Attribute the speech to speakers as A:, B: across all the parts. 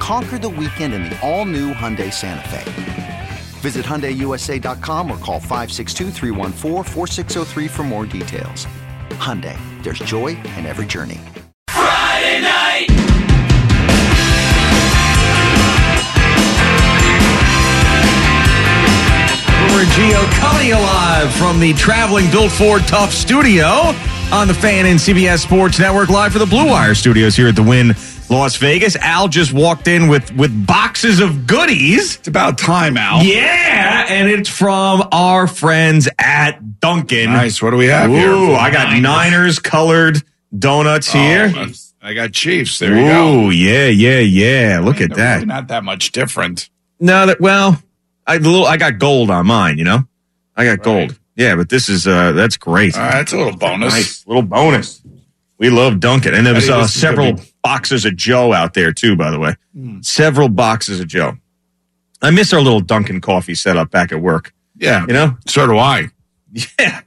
A: Conquer the weekend in the all new Hyundai Santa Fe. Visit HyundaiUSA.com or call 562-314-4603 for more details. Hyundai, there's joy in every journey.
B: Friday night.
C: We're Gio coming live from the traveling Built Ford Tough Studio on the Fan and CBS Sports Network, live for the Blue Wire Studios here at the Win Las Vegas. Al just walked in with with boxes of goodies.
D: It's about time, Al.
C: Yeah, and it's from our friends at Duncan.
D: Nice. What do we have
C: Ooh,
D: here?
C: I got Niners, colored donuts here.
D: Oh, I got Chiefs. There you go.
C: Ooh, yeah, yeah, yeah. Look at
D: They're
C: that.
D: really not that much different.
C: No, that well, I the little I got gold on mine. You know, I got gold. Yeah, but this is uh that's great.
D: Uh, that's a little bonus.
C: Nice little bonus. We love Duncan, and there was
D: Hey,
C: uh,
D: this is gonna
C: several
D: be-
C: boxes of Joe out there too. By the way,
E: Hmm.
C: several boxes of Joe. I miss our little Duncan coffee setup back at work.
D: Yeah.
C: You know,
D: So do I.
C: yeah.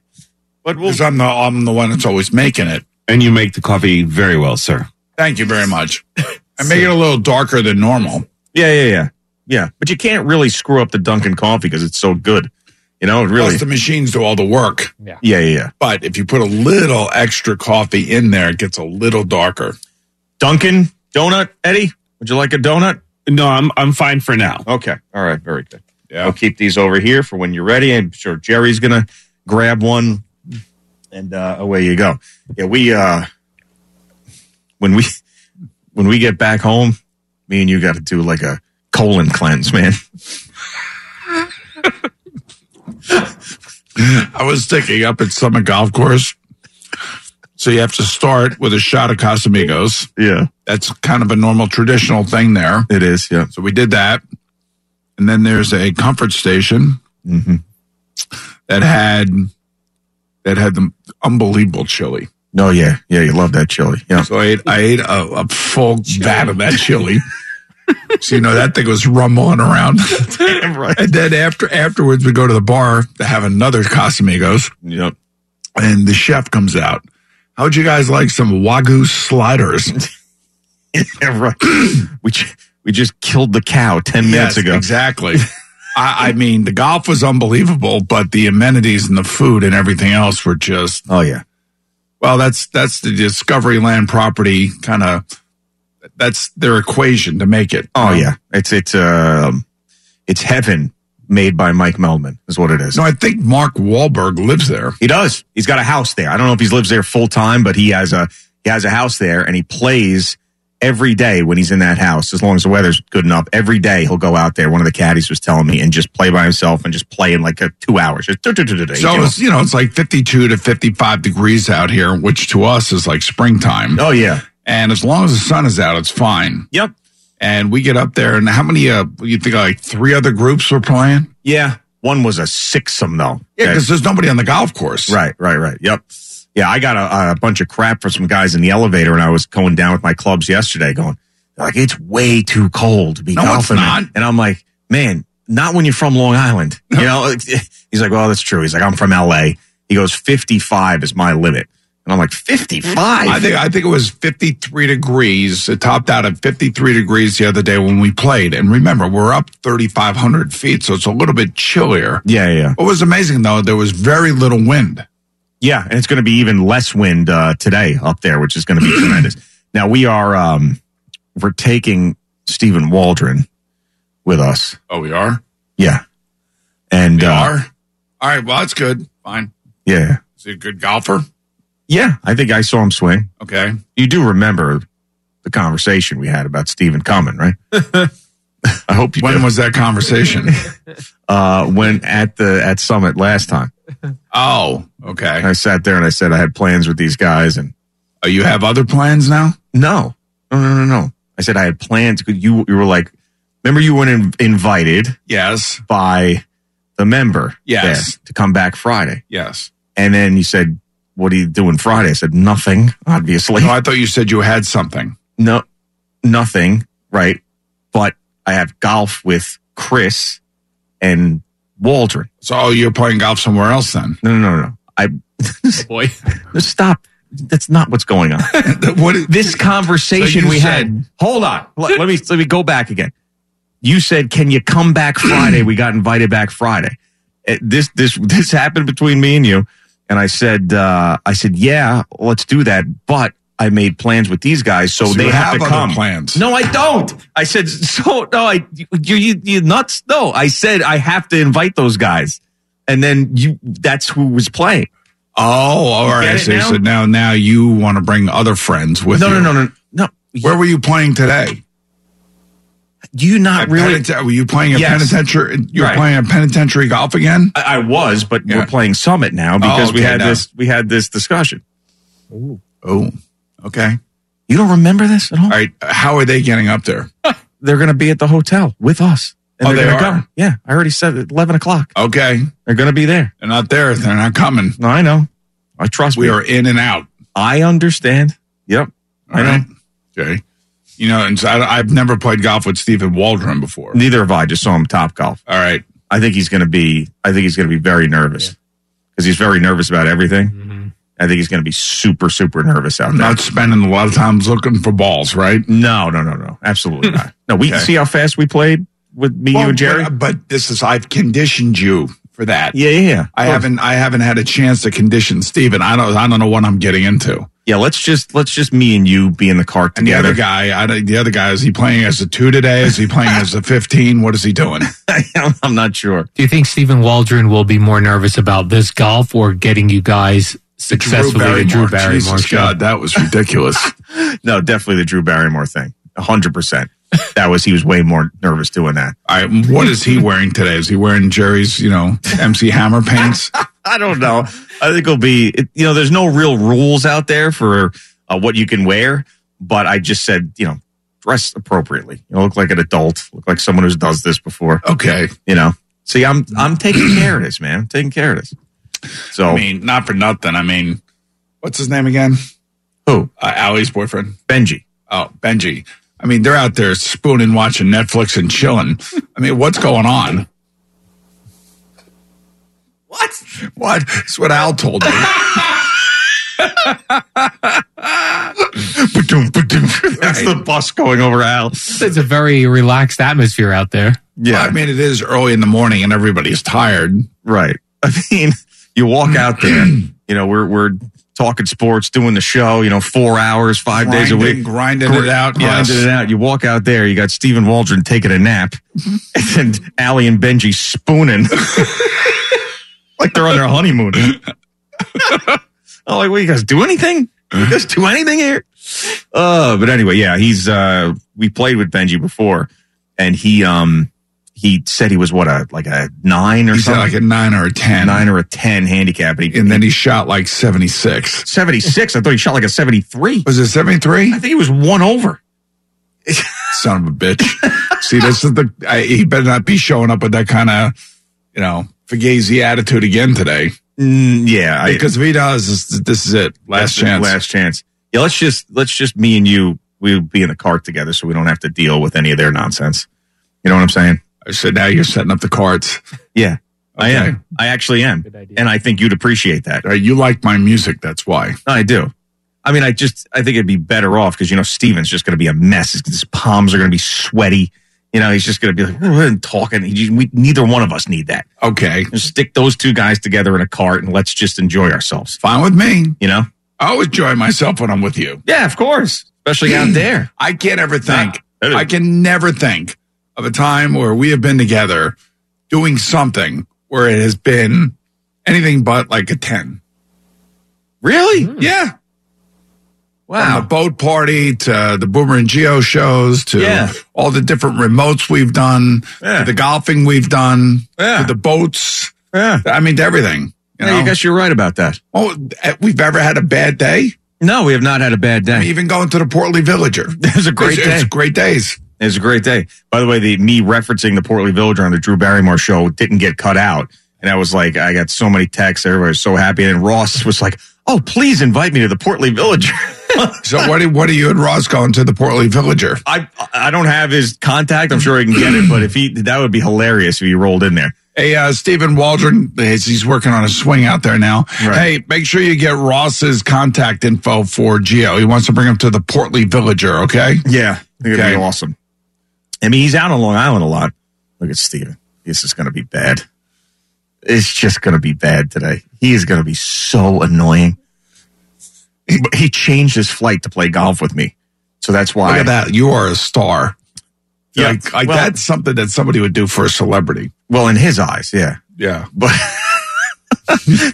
C: But we'll
D: Because I'm the I'm the one that's always making it.
E: And you make the coffee very well, sir.
D: Thank you very much. I make it a little darker than normal.
C: yeah, yeah, yeah, yeah. But you can't really screw up the Duncan coffee because it's so good. You know, it really.
D: Plus the machines do all the work.
C: yeah, yeah, yeah.
D: But if you put a little extra coffee in there, it gets a little darker.
C: Duncan donut, Eddie. Would you like a donut?
E: No, I'm I'm fine for now.
C: Okay. All right. Very good.
D: Yeah.
C: I'll keep these over here for when you're ready. I'm sure Jerry's gonna grab one, and uh, away you go. Yeah, we uh, when we when we get back home, me and you got to do like a colon cleanse, man.
D: I was thinking up at Summit Golf Course. So you have to start with a shot of Casamigos.
C: Yeah,
D: That's kind of a normal traditional thing there.
C: it is. Yeah,
D: So we did that. And then there's a comfort station
C: hmm
D: that had that had the unbelievable chili.
C: no, yeah, yeah. You love that chili. Yeah,
D: So I ate I ate a, a full vat of that chili. so you know that thing was rumbling around.
C: right.
D: and then after afterwards we go to the bar to have another Casamigos
C: Yep.
D: and the chef comes out. How'd you guys like some Wagyu sliders?
C: Yeah, right. we ju- we just killed the cow ten
D: Yes,
C: minutes ago.
D: Exactly. I, I mean the golf was unbelievable, but the amenities and the food and everything else were just
C: Oh yeah.
D: Well, that's that's the Discovery Land property kind of. That's their equation to make it.
C: Oh yeah. It's it's um it's heaven made by Mike Meldman is what it is.
D: No, I think Mark Wahlberg lives there.
C: He does. He's got a house there. I don't know if he lives there full time, but he has a he has a house there, and he plays every day when he's in that house. As long as the weather's good enough, every day he'll go out there. One of the caddies was telling me, and just play by himself and just play in like a, two hours. Just do, do, do, do, do,
D: So
C: you know?
D: it's you know it's like fifty-two to fifty-five degrees out here, which to us is like springtime.
C: oh yeah,
D: And as long as the sun is out, it's fine.
C: yep,
D: And we get up there, and how many? Uh, you think like three other groups were playing?
C: yeah. One was a sixsome though.
D: Yeah,
C: That-
D: because there's nobody on the golf course.
C: Right, right, right. Yep. Yeah, I got a, a bunch of crap from some guys in the elevator, and I was going down with my clubs yesterday, going like it's way too cold to be
D: No, it's
C: golfing,
D: not.
C: in." and I'm like, man, not when you're from Long Island. You know, Like, he's like, well, that's true. He's like, I'm from L.A. He goes, 55 is my limit, and I'm like, 55.
D: I think I think it was 53 degrees. It topped out at 53 degrees the other day when we played. And remember, we're up 3,500 feet, so it's a little bit chillier.
C: yeah, yeah, yeah,
D: What was amazing though, there was very little wind.
C: yeah. And it's going to be even less wind uh, today up there, which is going to be tremendous. Now we are um, we're taking Stephen Waldron with us.
D: Oh, we are.
C: Yeah. And
D: We
C: uh,
D: are. All right. Well, that's good. Fine.
C: yeah.
D: Is he a good golfer?
C: Yeah, I think I saw him swing.
D: Okay.
C: You do remember the conversation we had about Stephen Cumming, right? I hope you
D: When
C: do.
D: was that conversation?
C: uh when at the at Summit last time.
D: oh, okay.
C: I sat there and I said I had plans with these guys and
D: Oh, you have other plans now?
C: no. No, no, no, no. I said I had plans. You you were like, remember you weren't in- invited
D: Yes.
C: by the member
D: Yes.
C: there to come back Friday,
D: Yes.
C: and then you said, "What are you doing Friday?" I said, "Nothing, obviously,
D: No, I thought you said you had something.
C: no, nothing, right?" But I have golf with Chris and Waldron.
D: So oh, you're playing golf somewhere else then?
C: No, no, no, no. I
F: boy.
C: stop. That's not what's going on.
D: what? Is,
C: this conversation
D: So you
C: we had.
D: said-
C: Hold on. Let, let me let me go back again. You said, "Can you come back Friday?" we got invited back Friday. Eh, This this this happened between me and you, and I said, uh, "I said, yeah, let's do that." But I made plans with these guys, so,
D: So
C: they
D: you have
C: have, to
D: other
C: come.
D: plans.
C: No, I don't. I said, "So no, I you you you nuts." No, I said I have to invite those guys, and then you that's who was playing.
D: oh, all
C: get
D: right.
C: it
D: So you
C: now?
D: said now now you want to bring other friends with
C: No,
D: you.
C: no, no, no, no.
D: Where were you playing today?
C: Do you not
D: At
C: really?
D: peniten- were you playing a
C: Yes.
D: penitentiary? You're
C: Right.
D: playing a penitentiary golf again?
C: I, I was, but
D: Yeah.
C: we're playing Summit Oh, now because we
D: okay,
C: had
D: now.
C: this we had this discussion.
D: Oh, okay.
C: You don't remember this at all?
D: All right. How are they getting up there?
C: They're going to be at the hotel with us. And
D: Oh,
C: they're
D: they
C: gonna
D: are?
C: Come. Yeah, I already said it, eleven o'clock.
D: Okay,
C: They're going to be there.
D: they're not there. They're not coming.
C: No, I know. I trust
D: We
C: me.
D: are in and out.
C: I understand. Yep.
D: All
C: I know.
D: right. Okay. You know, and so I, have never played golf with Stephen Waldron before.
C: Neither have I. Just saw him top golf.
D: All right.
C: I think he's going to be. I think he's going to be very nervous because he's very nervous about everything. I think he's going to be super super nervous out
D: I'm
C: there.
D: Mm-hmm. not spending a lot of times looking for balls, right?
C: no, no, no, no. Absolutely not. No, we
D: Okay.
C: see how fast we played with me, you,
D: Well,
C: and Jerry.
D: But, uh, but this is I've conditioned you for that.
C: yeah, yeah, yeah.
D: I
C: Sure.
D: haven't I haven't had a chance to condition Steven. I don't I don't know what I'm getting into.
C: Yeah, let's just let's just me and you be in the cart
D: And the
C: together.
D: other guy, I, don't- the other guy, is he playing as a two today? Is he playing as a fifteen? What is he doing?
C: I'm- I'm not sure.
F: Do you think Stephen Waldron will be more nervous about this golf or getting you guys successfully to Drew Barrymore
D: Jesus
F: show?
D: God, that was ridiculous.
C: No, definitely the Drew Barrymore thing. hundred percent. That was he was way more nervous doing that.
D: All right, what is he wearing today? Is he wearing Jerry's, you know, MC Hammer pants?
C: I don't know. I think it'll be it, you know. There's no real rules out there for uh, what you can wear, but I just said you know dress appropriately. You know, look like an adult. Look like someone who's does this before.
D: Okay.
C: You know. See, I'm I'm taking care of this, man. I'm taking care of this. So
D: I mean, not for nothing. I mean, what's his name again?
C: who
D: Uh, Allie's boyfriend.
C: Benji?
D: Oh, Benji. I mean, they're out there spooning, watching Netflix and chilling. I mean, what's going on? What? What? That's what Al told me.
C: Ba-doom, ba-doom. That's the bus going over Al.
F: It's a very relaxed atmosphere out there.
C: Yeah,
D: I mean, it is early in the morning and everybody's tired.
C: Right. I mean, you walk out there, you know, we're we're talking sports, doing the show, you know, four hours, five days a
D: Grinding-
C: week.
D: grinding it out,
C: Grinding
D: yes.
C: it out. You walk out there, you got Stephen Waldron taking a nap and Allie and Benji spooning. like they're on their honeymoon. I'm like, what you guys do anything? You guys do anything here? Uh, but anyway, yeah, he's uh we played with Benji before and he um he said he was what a like a nine or
D: He's at
C: something
D: like a nine or a 10.
C: nine or a ten handicap, and he
D: and then he shot like 76.
C: seventy six. I thought he shot like a seventy three.
D: Was it 73?
C: I think he was one over.
D: Son of a bitch. See, this is the, I, he better not be showing up with that kind of, you know, fugazi attitude again today.
C: Mm, yeah, I-
D: Because if he does, this, this is it. Last
C: that's-
D: chance.
C: Last chance. Yeah, let's just let's just me and you. We'll be in the cart together, so we don't have to deal with any of their nonsense. You know what I'm saying?
D: I said, now you're setting up the cards.
C: Yeah, I
D: Okay.
C: am. I actually am,
F: Good idea.
C: and I think you'd appreciate that.
D: All right, you like my music. That's why.
C: I do. I mean, I just I think it'd be better off because you know Steven's just going to be a mess. His, his palms are going to be sweaty. You know, he's just going to be like "Ugh," talking. He- we, neither one of us need that.
D: Okay.
C: Just stick those two guys together in a cart and let's just enjoy ourselves.
D: Fine with me.
C: You know?
D: I always enjoy myself when I'm with you.
C: Yeah, of course. Especially out there.
D: I can't ever think.
C: Nah, that is-
D: I can never think of a time where we have been together doing something where it has been anything but like a 10.
C: Really?
D: Yeah. From the boat party to the Boomer and Geo shows to
C: Yeah.
D: all the different remotes we've done,
C: Yeah.
D: to the golfing we've done,
C: Yeah.
D: to the boats.
C: Yeah.
D: I mean, to everything. You
C: Yeah,
D: know?
C: I guess you're right about that.
D: oh, eh, we've ever had a bad day?
C: No, we have not had a bad day.
D: Even going to the Portly Villager.
C: It was a great
D: It's- it's
C: day.
D: great days.
C: It was a great day. By the way, the me referencing the Portly Villager on the Drew Barrymore show didn't get cut out. And I was like, I got so many texts. Everybody was so happy. And Ross was like, oh, please invite me to the Portly Villager.
D: So what are, what are you and Ross going to the Portly Villager?
C: I I don't have his contact. I'm sure he can get it, but if he that would be hilarious if he rolled in there.
D: Hey, uh, Stephen Waldron, he's, he's working on a swing out there now.
C: Right.
D: Hey, make sure you get Ross's contact info for Geo. He wants to bring him to the Portly Villager, okay?
C: Yeah, I think it'd
D: Okay.
C: be awesome. I mean, he's out on Long Island a lot. Look at Steven. This is going to be bad. It's just going to be bad today. He is going to be so annoying. He, he changed his flight to play golf with me, so that's why.
D: Look at that. You are a star.
C: Yeah.
D: Like, like
C: Well-
D: that's something that somebody would do for a celebrity.
C: Well, in his eyes, yeah.
D: Yeah.
C: But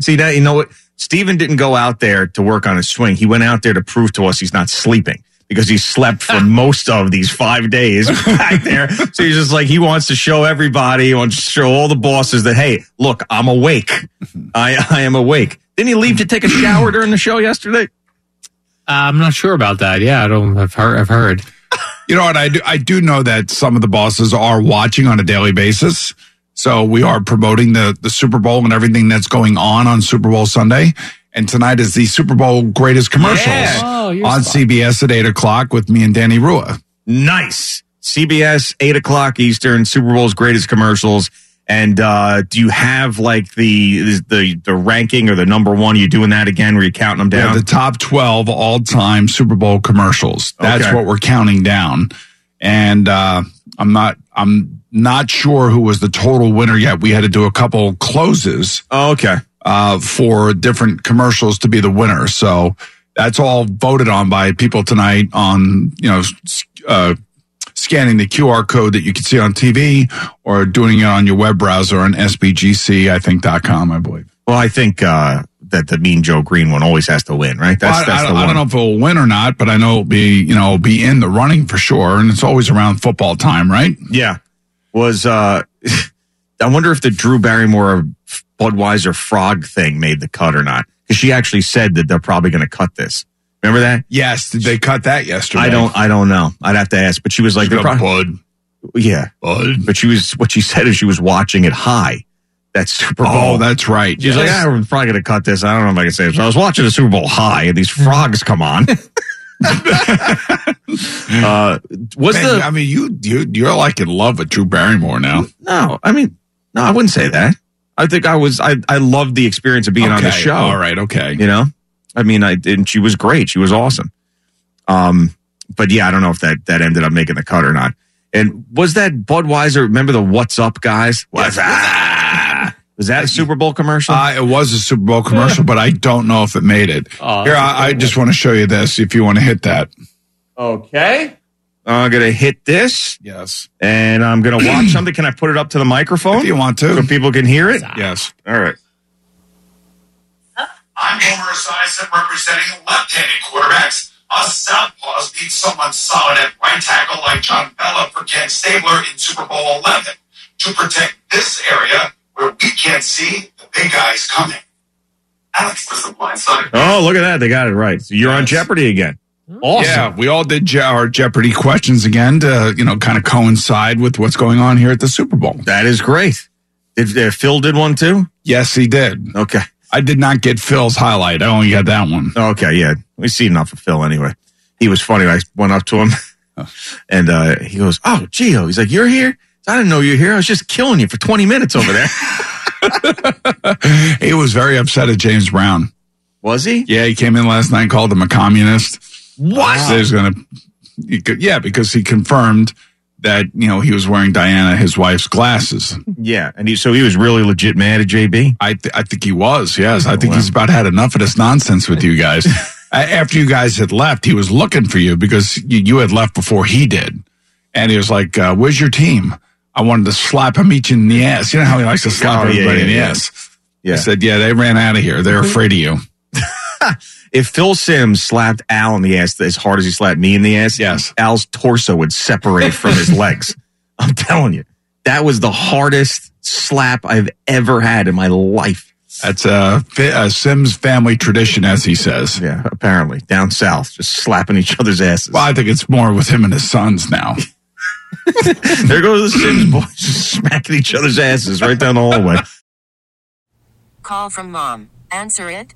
C: see that you know what? Steven didn't go out there to work on his swing. He went out there to prove to us he's not sleeping because he slept for most of these five days back there. So he's just like he wants to show everybody, he wants to show all the bosses that hey, look, I'm awake. I I am awake. Didn't he leave to take a shower during the show yesterday?
F: Uh, I'm not sure about that. Yeah, I don't. I've heard. I've heard.
D: You know what? I do, I do know that some of the bosses are watching on a daily basis. So we are promoting the, the Super Bowl and everything that's going on on Super Bowl Sunday. And tonight is the Super Bowl greatest commercials
C: Yeah.
F: Oh, you're
D: on CBS at 8 o'clock with me and Danny Rua.
C: Nice. CBS, eight o'clock Eastern, Super Bowl's greatest commercials. And uh, do you have like the the the ranking or the number one? You doing that again? Where you counting them
D: We have
C: down?
D: the top 12 all time Super Bowl commercials. That's
C: Okay.
D: what we're counting down. And uh, I'm not I'm not sure who was the total winner yet. We had to do a couple closes.
C: oh, okay.
D: uh, for different commercials to be the winner. So that's all voted on by people tonight on, you know, s- uh, scanning the QR code that you can see on TV or doing it on your web browser on sbgc, I think, dot com, I believe.
C: Well, I think uh, that the Mean Joe Green one always has to win, right? That's
D: Well, I,
C: that's
D: I,
C: the
D: I
C: one.
D: don't know if it'll win or not, but I know it'll be, you know, it'll be in the running for sure. And it's always around football time, right?
C: Yeah, was uh, I wonder if the Drew Barrymore uh, Budweiser frog thing made the cut or not? Because she actually said that they're probably going to cut this. Remember that?
D: Yes. Did they cut that yesterday?
C: I don't. I don't know. I'd have to ask. But she was like,
D: Like
C: they're prob-
D: Bud,
C: yeah.
D: Bud.
C: But she was what she said is she was watching it high. That Super Bowl.
D: Oh, that's right.
C: She's like,
D: Yes.
C: "Ah, I'm probably gonna cut this. I don't know if I can say this. I was watching the Super Bowl high, and these frogs come on. uh, was
D: Man,
C: the
D: I mean, you, you, you're like in love with Drew Barrymore now.
C: no? I mean, no, I wouldn't say that. I think I was. I I loved the experience of being on the
D: Okay,
C: show.
D: All right, okay.
C: You know, I mean, I and she was great. She was awesome. Um, but yeah, I don't know if that that ended up making the cut or not. And was that Budweiser? Remember the "What's Up" guys? What's up? Was that a Super Bowl commercial?
D: Uh, it was a Super Bowl commercial, but I don't know if it made it.
F: Oh,
D: Here, I, I just want to show you this if you want to hit that.
C: okay. I'm gonna hit this,
D: Yes.
C: and I'm gonna watch something. Can I put it up to the microphone
D: If you want
C: so
D: to.
C: people can hear it?
D: Yes.
C: All right.
G: I'm Homer Esiason representing left-handed quarterbacks. Us southpaws need someone solid at right tackle like John Bella for Ken Stabler in Super Bowl 11 to protect this area where we can't see the big guys coming. Alex was the blind side.
C: Oh, look at that! They got it right. So you're on Jeopardy again.
F: awesome.
D: Yeah, we all did Je- our Jeopardy questions again to, you know, kind of coincide with what's going on here at the Super Bowl.
C: That is great. Did uh, Phil did one too?
D: Yes, he did.
C: Okay.
D: I did not get Phil's highlight. I only got that one.
C: Okay, yeah. We see enough of Phil anyway. He was funny. I went up to him and uh, he goes, Oh, Gio. He's like, You're here? I didn't know you were here. I was just killing you for 20 minutes over there.
D: He was very upset at James Brown.
C: was he?
D: Yeah, he came in last night and called him a communist.
C: What?
D: So There's gonna, he could- yeah, because he confirmed that you know he was wearing Diana, his wife's glasses.
C: Yeah. And he, so he was really legit mad at JB.
D: I th- I think he was. Yes,
C: Oh,
D: I think he's about had enough of this nonsense with you guys. A- After you guys had left, he was looking for you because you, you had left before he did, and he was like, uh, "Where's your team?" I wanted to slap him each in the ass. You know how he likes to slap
C: Oh, yeah,
D: everybody
C: yeah,
D: in the
C: yeah.
D: ass.
C: Yeah. Mm-hmm.
D: I said, "Yeah, they ran out of here. They're afraid of you."
C: If Phil Sims slapped Al in the ass as hard as he slapped me in the ass,
D: Yes.
C: Al's torso would separate from his legs. I'm telling you, that was the hardest slap I've ever had in my life.
D: That's a, fa- a Sims family tradition, as he says.
C: Yeah, apparently down south, just slapping each other's asses.
D: Well, I think it's more with him and his sons now.
C: there goes the Sims boys just smacking each other's asses right down the hallway.
H: Call from mom. Answer it.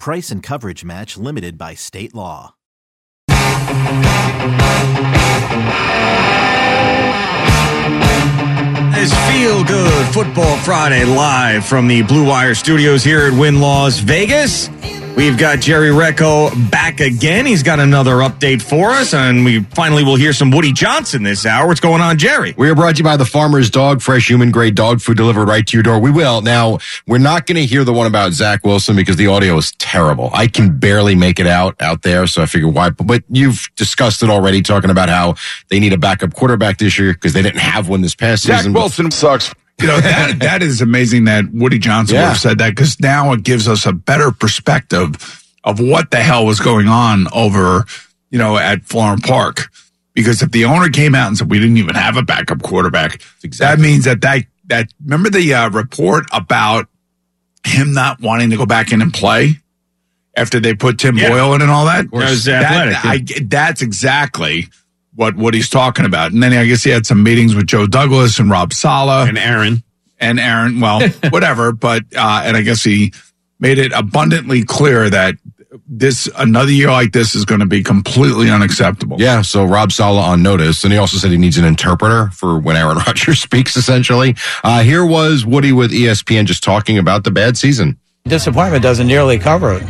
I: Price and coverage match limited by state law.
C: It's Feel Good Football Friday live from the Blue Wire Studios here at Win Las Vegas. We've got Jerry Recco back again. He's got another update for us, and we finally will hear some Woody Johnson this hour. What's going on, Jerry?
J: We are brought to you by the Farmer's Dog, fresh human grade dog food delivered right to your door. We will. Now, we're not going to hear the one about Zach Wilson because the audio is terrible. I can barely make it out out there, so I figure why. But you've discussed it already, talking about how they need a backup quarterback this year because they didn't have one this past
D: Zach
J: season.
D: Wilson sucks. You know, that, that is amazing that Woody Johnson would
J: Yeah.
D: have said that because now it gives us a better perspective of what the hell was going on over, you know, at Florham Park. Because if the owner came out and said, we didn't even have a backup quarterback, that means that that, that remember the uh, report about him not wanting to go back in and play after they put Tim
E: Yeah.
D: Boyle in and all that?
E: course. That was
D: That-
E: athletic, yeah.
D: I I- that's exactly what Woody's talking about. And then I guess he had some meetings with Joe Douglas and Rob Sala
E: And Aaron.
D: and Aaron, well, whatever, but uh, and I guess he made it abundantly clear that this another year like this is going to be completely unacceptable.
J: Yeah, so Rob Sala on notice, and he also said he needs an interpreter for when Aaron Rodgers speaks. Essentially, uh, here was Woody with E ESPN just talking about the bad season.
K: disappointment doesn't nearly cover it.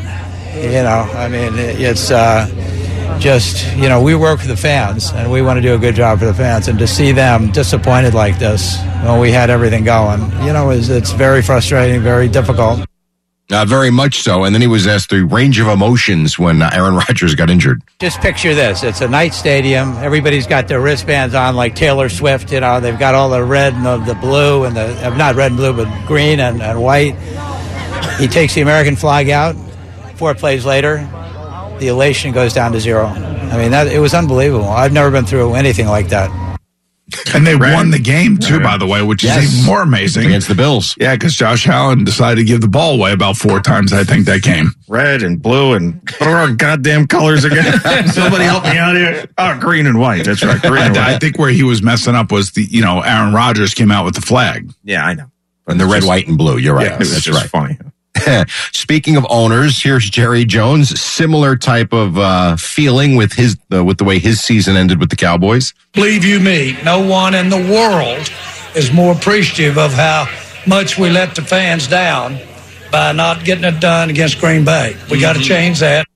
K: You know, I mean, it's uh, just, you know, we work for the fans and we want to do a good job for the fans. And to see them disappointed like this when we had everything going, you know, is it's very frustrating, very difficult.
J: Uh, very much so. And then he was asked the range of emotions when uh, Aaron Rodgers got injured.
K: Just picture this. It's a night stadium. Everybody's got their wristbands on, like Taylor Swift. You know, they've got all the red and the, the blue and the uh, not red and blue, but green and, and white. He takes the American flag out. Four plays later, the elation goes down to zero. I mean, that it was unbelievable. I've never been through anything like that.
D: And they won the game too, by the way, which
J: Yes.
D: is even more amazing.
J: Against the Bills.
D: yeah, because Josh Allen decided to give the ball away about four times. I think that game.
C: Red and blue and what are our goddamn colors again? Somebody help me out here. Oh, green and white. That's right. Green
D: I,
C: and
D: I
C: white.
D: think where he was messing up was the you know Aaron Rodgers came out with the flag.
C: Yeah, I know.
J: And the red,
C: Just-
J: white, and blue. You're right.
C: Yeah, it was
J: That's
C: just
J: right.
C: funny.
J: Speaking of owners, here's Jerry Jones. Similar type of uh, feeling with his uh, with the way his season ended with the Cowboys.
K: Believe you me, no one in the world is more appreciative of how much we let the fans down by not getting it done against Green Bay. We got to change that.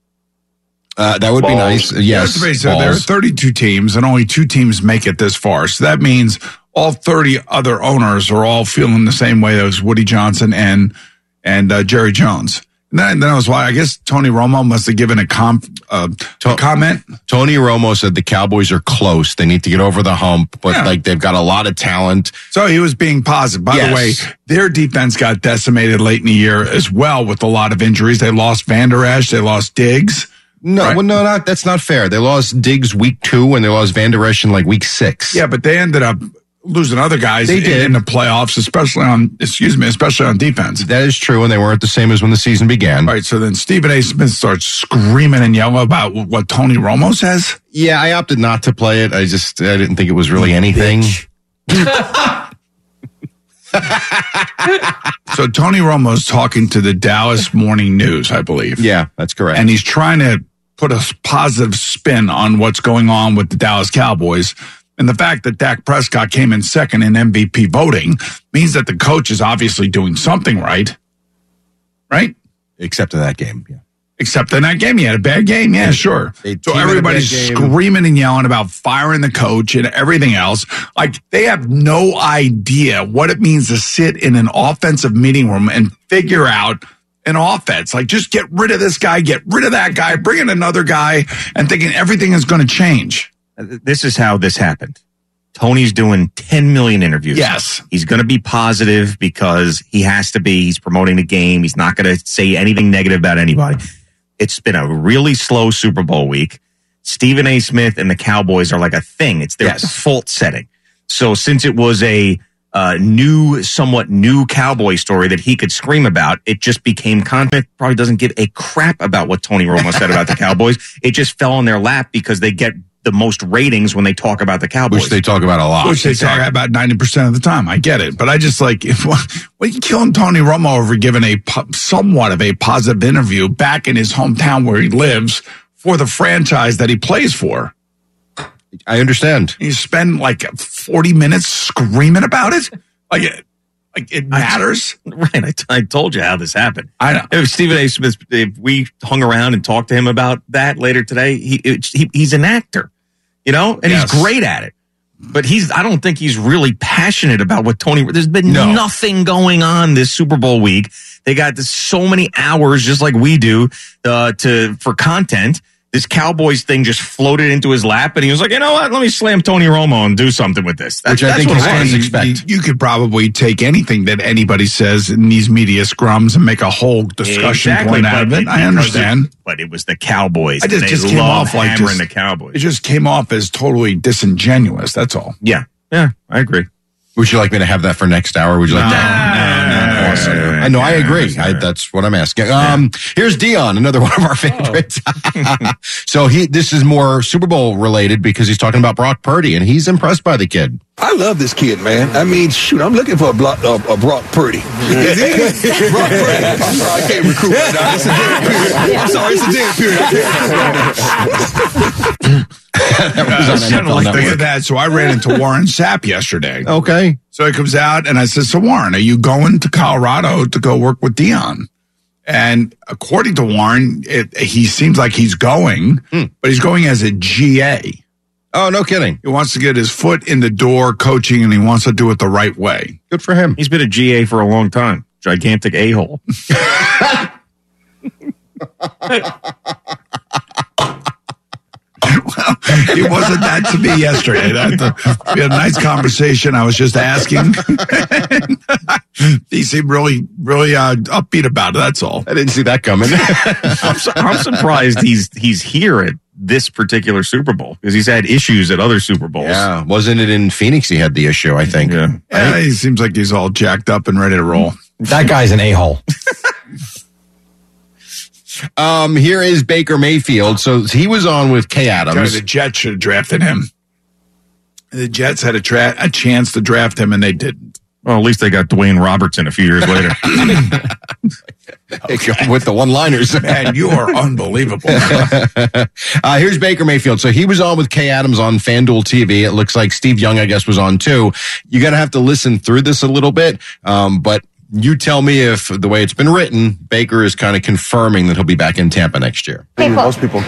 J: Uh, that would be nice. Yes,
D: That's right. So there are
J: balls.
D: 32 teams, and only two teams make it this far. So that means all 30 other owners are all feeling the same way as Woody Johnson and and uh, Jerry Jones. And then, then I was why I guess Tony Romo must have given a, com- uh, a comment.
J: Tony Romo said the Cowboys are close. They need to get over the hump, but
D: Yeah.
J: like they've got a lot of talent.
D: So he was being positive. By the
J: Yes.
D: way, their defense got decimated late in the year as well with a lot of injuries. They lost Van Der Esch. They lost Diggs.
J: No,
D: Right.
J: well, no, not that's not fair. They lost Diggs week two, and they lost Van Der Esch in like week six.
D: Yeah, but they ended up losing other guys
J: They
D: in-
J: did.
D: in the playoffs, especially on, excuse me, especially on defense.
J: that is true, and they weren't the same as when the season began.
D: All right, so then Stephen A. Smith starts screaming and yelling about what Tony Romo says.
J: Yeah, I opted not to play it. I just I didn't think it was really anything.
D: So Tony Romo's talking to the Dallas Morning News, I believe.
C: Yeah, that's correct.
D: And he's trying to put a positive spin on what's going on with the Dallas Cowboys. And the fact that Dak Prescott came in second in MVP voting means that the coach is obviously doing something right. Right?
C: Except in that game. Yeah.
D: Except in that game, he had a bad game. Yeah, sure. So everybody's screaming and yelling about firing the coach and everything else. Like they have no idea what it means to sit in an offensive meeting room and figure out an offense. Like just get rid of this guy, get rid of that guy, bring in another guy, and thinking everything is going to change.
K: This is how this happened. Tony's doing 10 million interviews.
D: Yes.
K: He's going to be positive because he has to be. He's promoting the game. He's not going to say anything negative about anybody. It's been a really slow Super Bowl week. Stephen A. Smith and the Cowboys are like a thing. It's their
D: Yes.
K: default setting. So since it was a uh, new, somewhat new cowboy story that he could scream about, it just became content. Probably doesn't give a crap about what Tony Romo said about the Cowboys. It just fell on their lap because they get the most ratings when they talk about the Cowboys.
C: Which they talk about a lot.
D: Which they talk about 90% of the time. I get it. But I just like, if, what are you killing Tony Romo over giving a po- somewhat of a positive interview back in his hometown where he lives for the franchise that he plays for?
C: I understand.
D: You spend like 40 minutes screaming about it? Like, it- like it matters?
K: Right. I, t- I told you how this happened.
D: I know.
K: If Stephen A. Smith, if we hung around and talked to him about that later today, he, it, he he's an actor, you know, and
D: Yes.
K: he's great at it. But he's, I don't think he's really passionate about what Tony, there's been
C: No.
K: nothing going on this Super Bowl week. They got this, so many hours, just like we do, uh, to, for content. This Cowboys thing just floated into his lap and he was like, you know what? Let me slam Tony Romo and do something with this. That-
C: Which I think
K: what
C: his
K: it was.
C: fans
D: You-
C: expect.
D: You, you could probably take anything that anybody says in these media scrums and make a whole discussion point out of
K: but
D: it. I
K: because
D: understand.
K: it- but it was the Cowboys.
D: I just-
K: They
D: just came
K: love
D: off like
K: hammering
D: just-
K: the Cowboys.
D: It just came off as totally disingenuous. That's all.
K: yeah, yeah, I agree.
C: Would you like me to have that for next hour? Would you like
D: no,
C: that?
D: no,
C: I know. I agree. I, that's what I'm asking. Um, here's Dion, another one of our favorites.
D: Oh.
C: so he, this is more Super Bowl related because he's talking about Brock Purdy, and he's impressed by the kid.
A: I love this kid, man. I mean, shoot, I'm looking for a, block, a, a Brock Purdy. Is he? Brock Purdy. I'm sorry, I can't recruit right now. It's a dead period. I'm sorry, it's a dead period. I can't recruit right now.
C: That was on
D: Something
C: NFL
D: like
C: Network. Oh,
D: that. that. So I ran into Warren Sapp yesterday.
C: Okay.
D: So he comes out and I said, So Warren, are you going to Colorado to go work with Dion? And according to Warren, it, he seems like he's going, but he's going as a GA.
C: Hmm. Oh, no kidding.
D: He wants to get his foot in the door coaching and he wants to do it the right way.
C: Good for him.
K: He's been a GA for a long time. Gigantic a hole.
D: well, he wasn't that to me yesterday. That- uh, we had a nice conversation. I was just asking. he seemed really, really uh, upbeat about it. That's all.
C: I didn't see that coming.
K: I'm, su- I'm surprised he's he's here at this particular Super Bowl because he's had issues at other Super Bowls.
C: yeah, wasn't it in Phoenix? He had the issue. I think.
K: Yeah.
D: Yeah, he seems like he's all jacked up and ready to roll.
L: That guy's an a hole.
C: Um, here is Baker Mayfield. So he was on with Kay
D: Sorry,
C: Adams.
D: the Jets should have drafted him. The Jets had a, tra- a chance to draft him and they didn't.
K: Well, at least they got Dwayne Robertson a few years later.
C: with the one-liners.
D: Man, you are unbelievable.
C: uh, here's Baker Mayfield. So he was on with Kay Adams on FanDuel TV. It looks like Steve Young, I guess, was on too. You're going to have to listen through this a little bit. Um, but you tell me if the way it's been written, Baker is kind of confirming that he'll be back in Tampa next year.
A: Most people,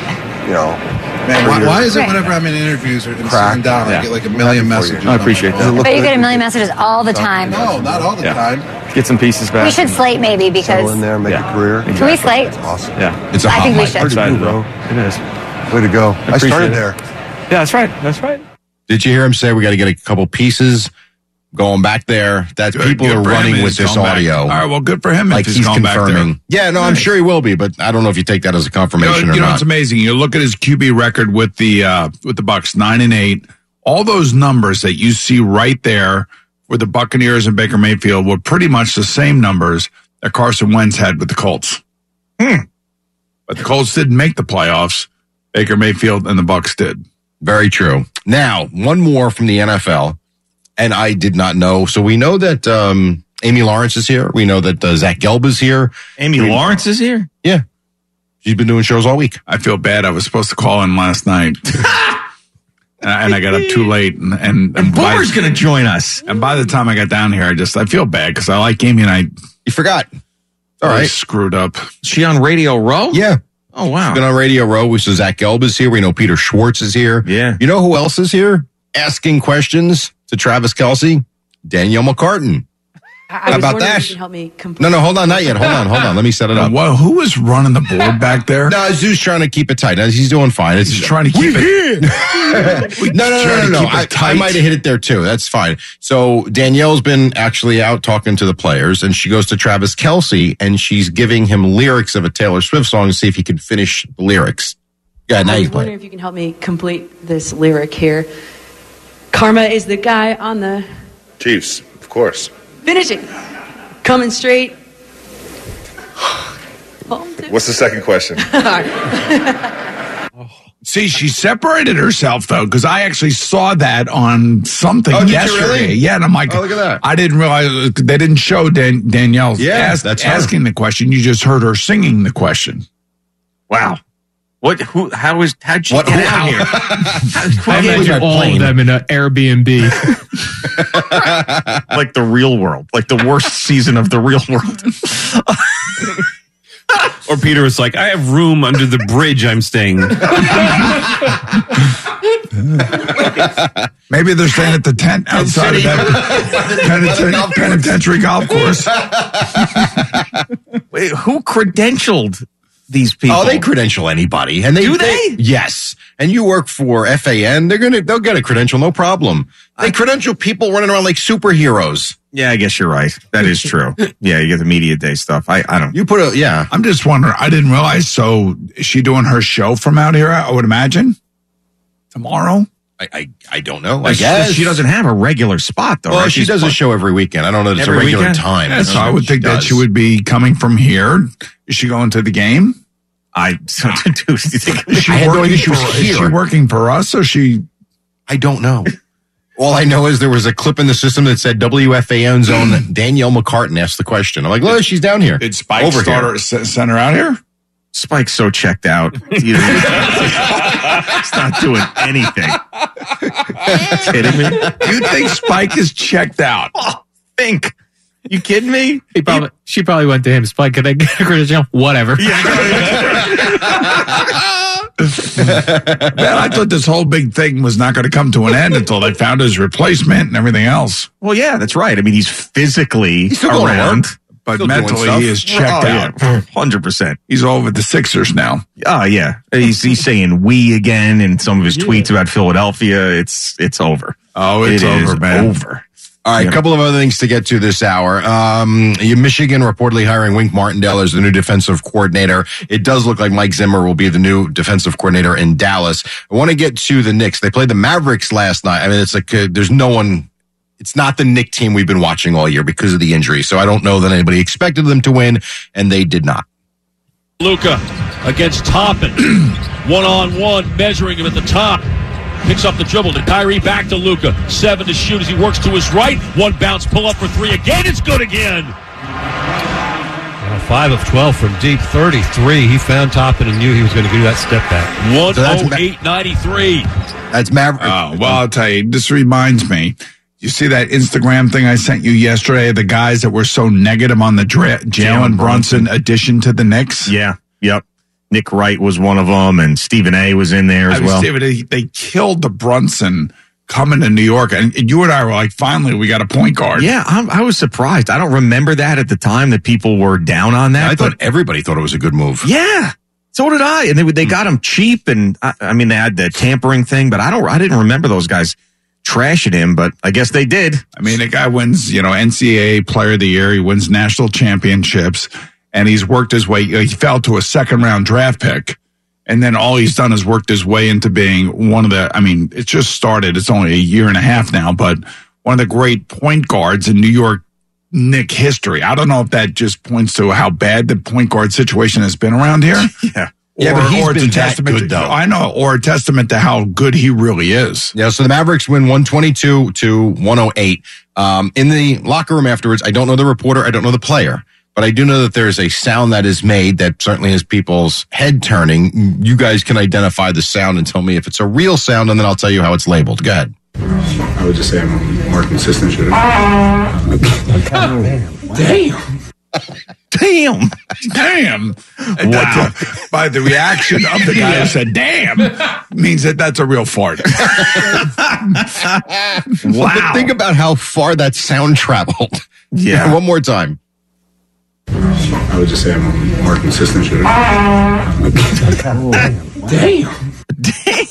A: you know,
M: Why, why is it whenever I'm in interviews or in sit down, I get like a million messages?
N: I appreciate that.
H: But you get a million messages all the time.
M: No, not all the
N: Yeah.
M: time.
N: Get some pieces back.
H: We should slate maybe because
A: there, make a career.
H: can we slate?
A: Awesome.
N: Yeah.
C: It's a
H: I
C: hot
H: think we
C: mic.
H: should.
N: Excited,
A: do,
N: bro. It is.
A: Way to go. I,
N: appreciate
A: started
N: it.
A: there.
N: Yeah, that's right. That's right.
C: Did you hear him say we got to get a couple pieces going back there? That
D: Good-
C: people
D: good
C: are
D: for him
C: running
D: if
C: with
D: he's
C: this
D: going back.
C: audio.
D: All right, well, good for him
C: Like
D: if he's,
C: he's
D: going back there.
C: confirming. Yeah, no, I'm sure he will be, but I don't know if you take that as a confirmation
D: You know,
C: or
D: you know
C: not.
D: what's amazing? You look at his QB record with the uh, with the Bucks nine and eight. All those numbers that you see right there for the Buccaneers and Baker Mayfield were pretty much the same numbers that Carson Wentz had with the Colts. But the Colts didn't make the playoffs. Baker Mayfield and the Bucks did.
C: Very true. Now, one more from the NFL. and I did not know. So we know that um, Amy Lawrence is here. We know that uh, Zach Gelb is here.
K: Amy
C: We-
K: Lawrence is here.
C: Yeah, she's been doing shows all week.
D: I feel bad. I was supposed to call in last night, and, I, and I got up too late. And and, and
K: Boomer's
D: going to join us. And by the time I got down here, I just I feel bad because I like Amy and I.
C: You forgot. All
D: I
C: right.
D: screwed up.
C: She on Radio Row? Yeah.
K: Oh wow.
C: She's been on Radio Row. We saw Zach Gelb is here. We know Peter Schwartz is here.
K: Yeah.
C: You know who else is here? Asking questions to Travis Kelsey, Danielle McCartan.
O: I
C: How
O: was
C: about
O: wondering if
C: that?
O: you could help me
C: No, no, hold on, not yet. Hold on, hold on. Let me set it up.
D: Whoa, who was running the board back there?
C: No, Zeus trying to keep it tight. No, He's doing fine. It's just trying to keep it. no, no, no, no, no. I, I might have hit it there too. That's fine. So Danielle's been actually out talking to the players, and she goes to Travis Kelsey, and she's giving him lyrics of a Taylor Swift song to see if he can finish the lyrics. Yeah, now
O: I
C: you
O: was
C: play.
O: wondering if you can help me complete this lyric here. Karma is the guy on the
P: Chiefs, of course.
O: finishing, coming straight.
P: What's the second question?
D: See, she separated herself though, because I actually saw that on something
C: Oh, did you
D: yesterday.
C: really?
D: Yeah, and I'm like,
C: Oh, look at that.
D: I didn't realize they didn't show Dan- Danielle
C: Yeah,
D: ask-
C: that's her.
D: asking the question. You just heard her singing the question.
K: Wow. What? Who? How was? How'd you get out here?
Q: I imagine all of them in an Airbnb.
K: like the real world, like the worst season of the real world. or Peter was like, I have room under the bridge I'm staying.
D: Maybe they're staying at the tent outside of that peniten- penitentiary golf course.
K: Wait, who credentialed these people?
C: Oh, they credential anybody, and they
K: Do they?
C: yes, and you work for FAN. They're gonna they'll get a credential, no problem. They credential people running around like superheroes.
K: Yeah, I guess you're right. That is true. yeah, you get the media day stuff. I, I don't.
C: You put a yeah.
D: I'm just wondering. I didn't realize. So, is she doing her show from out here? I would imagine tomorrow.
C: I I, I don't know. I
K: Like, she-
C: guess
K: she doesn't have a regular spot though.
C: Well,
K: right?
C: she
K: She's
C: does a
K: part-
C: show every weekend. I don't know. That it's a
K: Every
C: regular
K: weekend?
C: time.
D: Yeah, so
C: don't
D: I
C: know
D: would
C: if
D: think that
C: does.
D: she would be coming from here. Is she going to the game?
K: I do. You think
D: Is she
C: I had no
D: working
C: idea she was
D: for, Is she
C: here.
D: working for us or she?
C: I don't know. All I know is there was a clip in the system that said WFAN's own Danielle McCartan asked the question. I'm like, look, she's down here.
D: Did Spike
C: Over
D: start
C: here.
D: her, s- send her out here?
K: Spike's so checked out. You know, it's not doing anything. kidding me?
D: You think Spike is checked out?
K: Oh, think. You kidding me?
Q: He probably, she probably went to him. Spike, could I get a credential? Whatever.
D: Man, I thought this whole big thing was not going to come to an end until they found his replacement and everything else.
K: Well, yeah, that's right. I mean, he's physically
C: He's still going to
K: around,
C: work.
D: But
C: Still doing
D: mentally,
C: stuff.
D: he is checked out.
K: hundred percent.
D: Oh, He's over the Sixers now.
K: Oh yeah, he's he's saying we again in some of his tweets about Philadelphia. It's it's over.
D: Oh, it's
K: It is
D: over, man.
K: Over.
C: All right, a
K: Yeah.
C: couple of other things to get to this hour. Um, you- Michigan reportedly hiring Wink Martindale as the new defensive coordinator. It does look like Mike Zimmer will be the new defensive coordinator in Dallas. I want to get to the Knicks. They played the Mavericks last night. I mean, it's like uh, there's no one. It's not the Nick team we've been watching all year because of the injury. So I don't know that anybody expected them to win, and they did not.
F: Luca against Toppin. one on one, measuring him at the top. Picks up the dribble to Kyrie, back to Luca. Seven to shoot as he works to his right. One bounce, pull up for three again. It's good again.
R: Five of twelve from deep, thirty-three. He found Toppin and knew he was going to do that step back.
F: One
C: So that's
F: oh
C: ma-
F: eight ninety three.
C: That's Maverick.
D: Oh, well, I'll tell you, this reminds me. You see that Instagram thing I sent you yesterday? The guys that were so negative on the dra- Jalen
K: Jalen
D: Brunson addition to the Knicks?
K: Yeah. Yep. Nick Wright was one of them, and Stephen A. was in there as
D: I was
K: well.
D: saying, they, they killed the Brunson coming to New York. And you and I were like, finally, we got a point guard.
K: Yeah, I'm, I was surprised. I don't remember that at the time that people were down on that.
C: I
K: but
C: thought everybody thought it was a good move.
K: Yeah. So did I. And they
R: Hmm.
K: they got him cheap and I, I mean they had the tampering thing, but I don't I didn't remember those guys trashing him, but I guess they did.
D: I mean, the guy wins, you know, NCAA Player of the Year. He wins national championships, and he's worked his way. He fell to a second round draft pick, and then all he's done is worked his way into being one of the. I mean, it's just started. It's only a year and a half now, but one of the great point guards in New York Nick history. I don't know if that just points to how bad the point guard situation has been around here.
K: Yeah.
C: Yeah,
D: or,
C: but he's
D: or it's
C: been
D: a
C: that
D: testament
C: good,
D: to,
C: though.
D: I know, or a testament to how good he really is.
C: Yeah, so the Mavericks win 122 to 108. Um, in the locker room afterwards, I don't know the reporter, I don't know the player, but I do know that there is a sound that is made that certainly has people's head turning. You guys can identify the sound and tell me if it's a real sound, and then I'll tell you how it's labeled. Go ahead.
K: I would just say I'm a more consistent shooter.
D: Damn.
K: Damn.
D: Damn. Wow. By the reaction of the guy who said, damn, means that that's a real fart.
C: Wow. But think about how far that sound traveled. Yeah. One more time.
K: I would just say I'm a more consistent shooter.
D: Damn.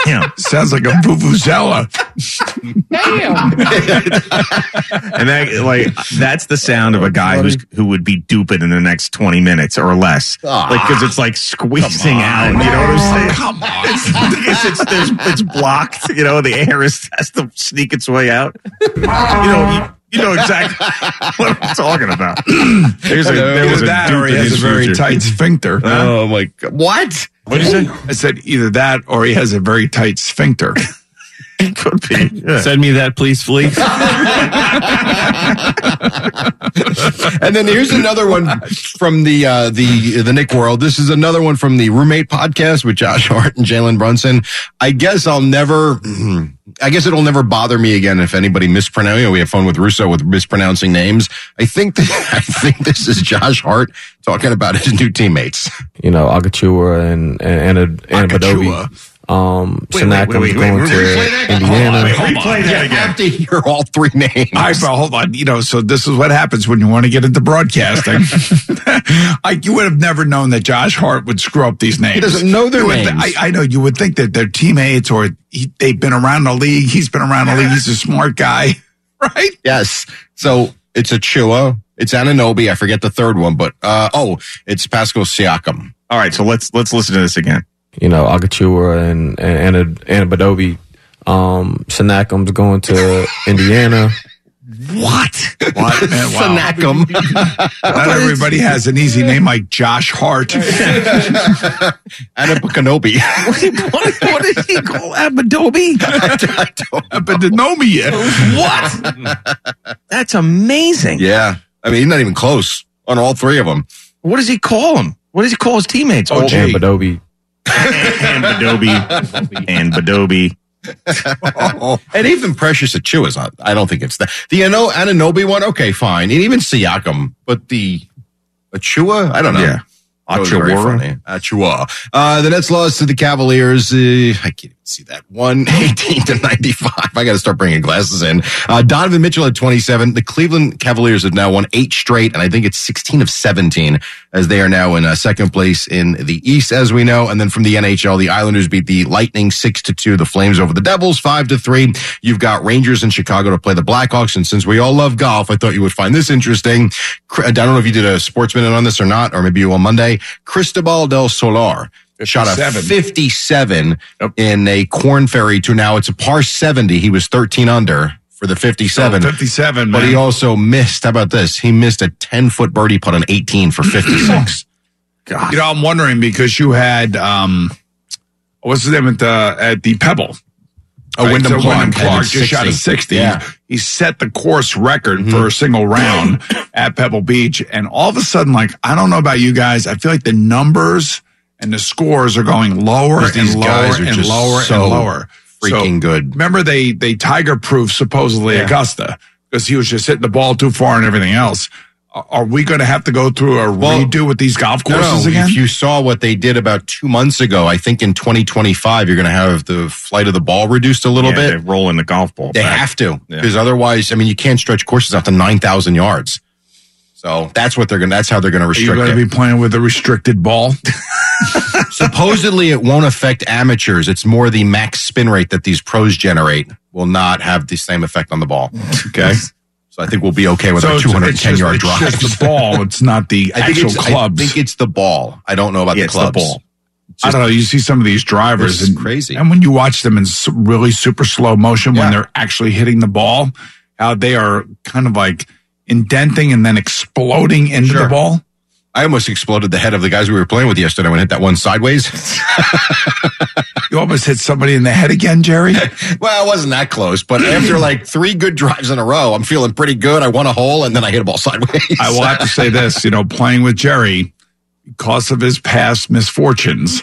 D: Damn. Sounds like a vuvuzela.
S: and that like that's the sound of a guy who's who would be duped in the next twenty minutes or less,
C: Ah,
S: like because it's like squeezing out. You know what I'm saying?
D: Come on,
S: it's, it's, there's- it's blocked. You know the air is, has to sneak its way out. You know you, you know exactly what I'm talking about. There's a,
D: Either
S: there was a
D: that or
S: dupe
D: he
S: in
D: has a
S: his
D: very
S: future.
D: tight sphincter.
S: Oh, my God. What?
D: What
S: did you say?
D: I said either that or he has a very tight sphincter.
S: Could be.
T: Send me that, please, Fleek.
C: and then here's another one from the uh, the the Nick world. This is another one from the Roommate podcast with Josh Hart and Jalen Brunson. I guess I'll never. I guess it'll never bother me again if anybody mispronounces. You know, we have fun with Russo with mispronouncing names. I think th- I think this is Josh Hart talking about his new teammates.
F: you know, Agachua and and and, and Adobe. Um,
C: Wait, wait,
F: Siakam's
C: wait, wait,
F: going
C: wait, replay
F: to
C: that?
F: Indiana.
C: Hold on, wait, replay that again. have to hear all three names.
D: All right, but hold on. You know, so this is what happens when you want to get into broadcasting. like you would have never known that Josh Hart would screw up these names.
C: He doesn't know their
D: You would thi-
C: names.
D: I, I know you would think that they're teammates or he, they've been around the league. He's been around the league. He's a smart guy. Right?
C: Yes. So it's Achua. It's Ananobi. I forget the third one, but uh, oh, it's Pascal Siakam.
S: All right, so let's let's listen to this again.
F: You know, Agachua and and and, and Adobe. Um, Siakam's going to Indiana.
D: What? What? Man, wow. Not
C: What is-
D: everybody has an easy name like Josh Hart.
C: Anna Kenobi.
D: what, what did he call Abadobi? I don't
S: What? That's amazing.
C: Yeah. I mean, he's not even close on all three of them.
S: What does he call him? What does he call his teammates?
F: Oh, and Adobe.
S: and Badobi and
D: Oh,
S: Badobi.
C: and even Precious Achua is not, I don't think it's that. The you know, Ananobi one, okay, fine. And even Siakam, but the Achua, I don't know.
S: Yeah.
C: That was very
S: Achuara.
C: funny. Achua. Uh, the Nets lost to the Cavaliers. Uh, I can't even see that. 118 to 95. I got to start bringing glasses in. Uh, Donovan Mitchell at 27. The Cleveland Cavaliers have now won eight straight, and I think it's 16 of 17 as they are now in uh, second place in the East, as we know. And then from the NHL, the Islanders beat the Lightning 6 to 2, the Flames over the Devils 5 to 3. You've got Rangers in Chicago to play the Blackhawks. And since we all love golf, I thought you would find this interesting. Cr- I don't know if you did a sports minute on this or not, or maybe you on Monday. Cristobal del Solar shot a
D: 57.
C: 57 in a corn ferry to now it's a par 70. He was 13 under for the 57.
D: 57,
C: but
D: Oh, man.
C: he also missed. How about this? He missed a 10 foot birdie putt on 18 for 56.
D: You know, I'm wondering because you had um, what's his name at the at the Pebble?
C: Oh, Wyndham Clark
D: Wyndham
C: had
D: Clark
C: a
D: just shot a
C: 60.
D: sixty.
C: Yeah. Mm-hmm.
D: He set the course record for a single round at Pebble Beach, and all of a sudden, like I don't know about you guys, I feel like the numbers and the scores are going lower
C: 'Cause these
D: and lower
C: guys are
D: and
C: just
D: lower
C: so
D: and lower.
C: freaking
D: good. Remember they they tiger proof supposedly Augusta because he was just hitting the ball too far and everything else. Are are we going to have to go through a redo with these golf courses
C: No,
D: again?
C: If you saw what they did about two months ago, I think in 2025, you're going to have the flight of the ball reduced a little
S: Yeah,
C: bit.
S: they're rolling the golf ball.
C: They
S: back.
C: have to
S: Yeah.
C: because otherwise, I mean, you can't stretch courses out to nine thousand yards. So that's what they're going. to That's how they're going to
D: Are you
C: restrict
D: going
C: it.
D: to be playing with a restricted ball?
C: Supposedly, it won't affect amateurs. It's more the max spin rate that these pros generate will not have the same effect on the ball. Okay, so I think we'll be okay with
D: So
C: our
D: it's-
C: two hundred
D: it's
C: ten
D: just-
C: yard
D: it's
C: drives.
D: just the ball. It's not the
C: I think
D: actual
C: it's, I
D: clubs.
C: think it's the ball. I don't know about
D: Yeah,
C: the
D: it's the
C: clubs.
D: ball. I don't know. You see some of these drivers,
C: This is
D: and,
C: crazy.
D: And when you watch them in s- really super slow motion when they're actually hitting the ball, uh, how they are kind of like indenting and then exploding into the ball.
C: I almost exploded the head of the guys we were playing with yesterday when I hit that one sideways.
F: you almost hit somebody in the head again, Jerry?
C: well, I wasn't that close, but after like three good drives in a row, I'm feeling pretty good. I won a hole and then I hit a ball sideways.
F: I will have to say this, you know, playing with Jerry, because of his past misfortunes,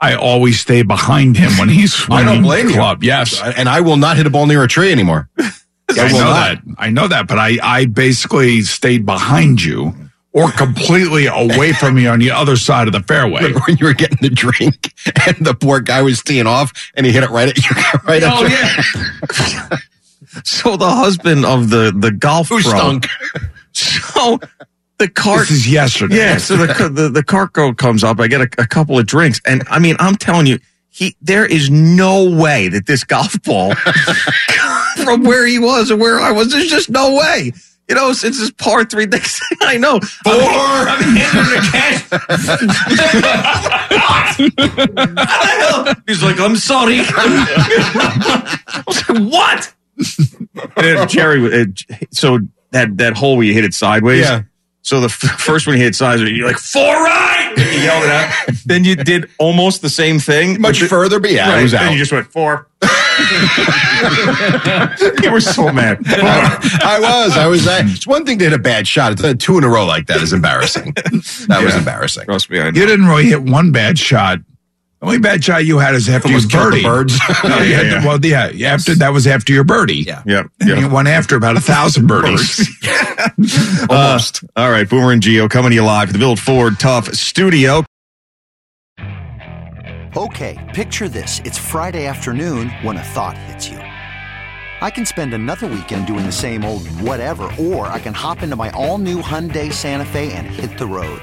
F: I always stay behind him when he's
C: I
F: when
C: don't
F: he
C: blame you.
F: club. Yes.
C: And I will not hit a ball near a tree anymore.
F: I, know that. I know that, but I, I basically stayed behind you or completely away from you on the other side of the fairway.
C: When you were getting the drink and the poor guy was teeing off and he hit it right at you. Right at
D: Oh,
C: you.
D: yeah. So the husband of the the golf
C: Who
D: pro-
C: stunk?
D: So the cart
F: This is yesterday.
D: Yeah. So the the, the cart girl comes up. I get a, a couple of drinks, and I mean, I'm telling you, he there is no way that this golf ball from where he was or where I was. There's just no way. You know, since it's par three, next thing I know, four. I'm, I'm hitting it again. What the hell? He's like, I'm sorry. I was like, what? And Jerry, uh, J- so that that hole where you hit it sideways.
C: Yeah.
D: So the f- first one you hit sideways, you're like four right. You yelled it out. then you did almost the same thing,
C: Much
D: but the-
C: further, but yeah,
D: Right,
C: I was
D: then
C: out.
D: you just went four. you were so mad.
C: I was. I was. I, it's one thing to hit a bad shot. It's uh, two in a row like that is embarrassing. That was
F: Yeah.
C: embarrassing.
D: Trust me, I
F: You didn't really hit one bad shot. The only bad shot you had is after you
C: Almost killed the birds.
F: birdie. No, you had-
D: yeah.
F: Well, yeah, after that was after your birdie.
C: Yeah.
D: Yeah,
F: And you went after about a thousand birdies.
D: Almost. all right, Boomer and Geo coming to you live at the Build Ford Tough Studio.
A: Okay, picture this. It's Friday afternoon when a thought hits you. I can spend another weekend doing the same old whatever, or I can hop into my all new Hyundai Santa Fe and hit the road.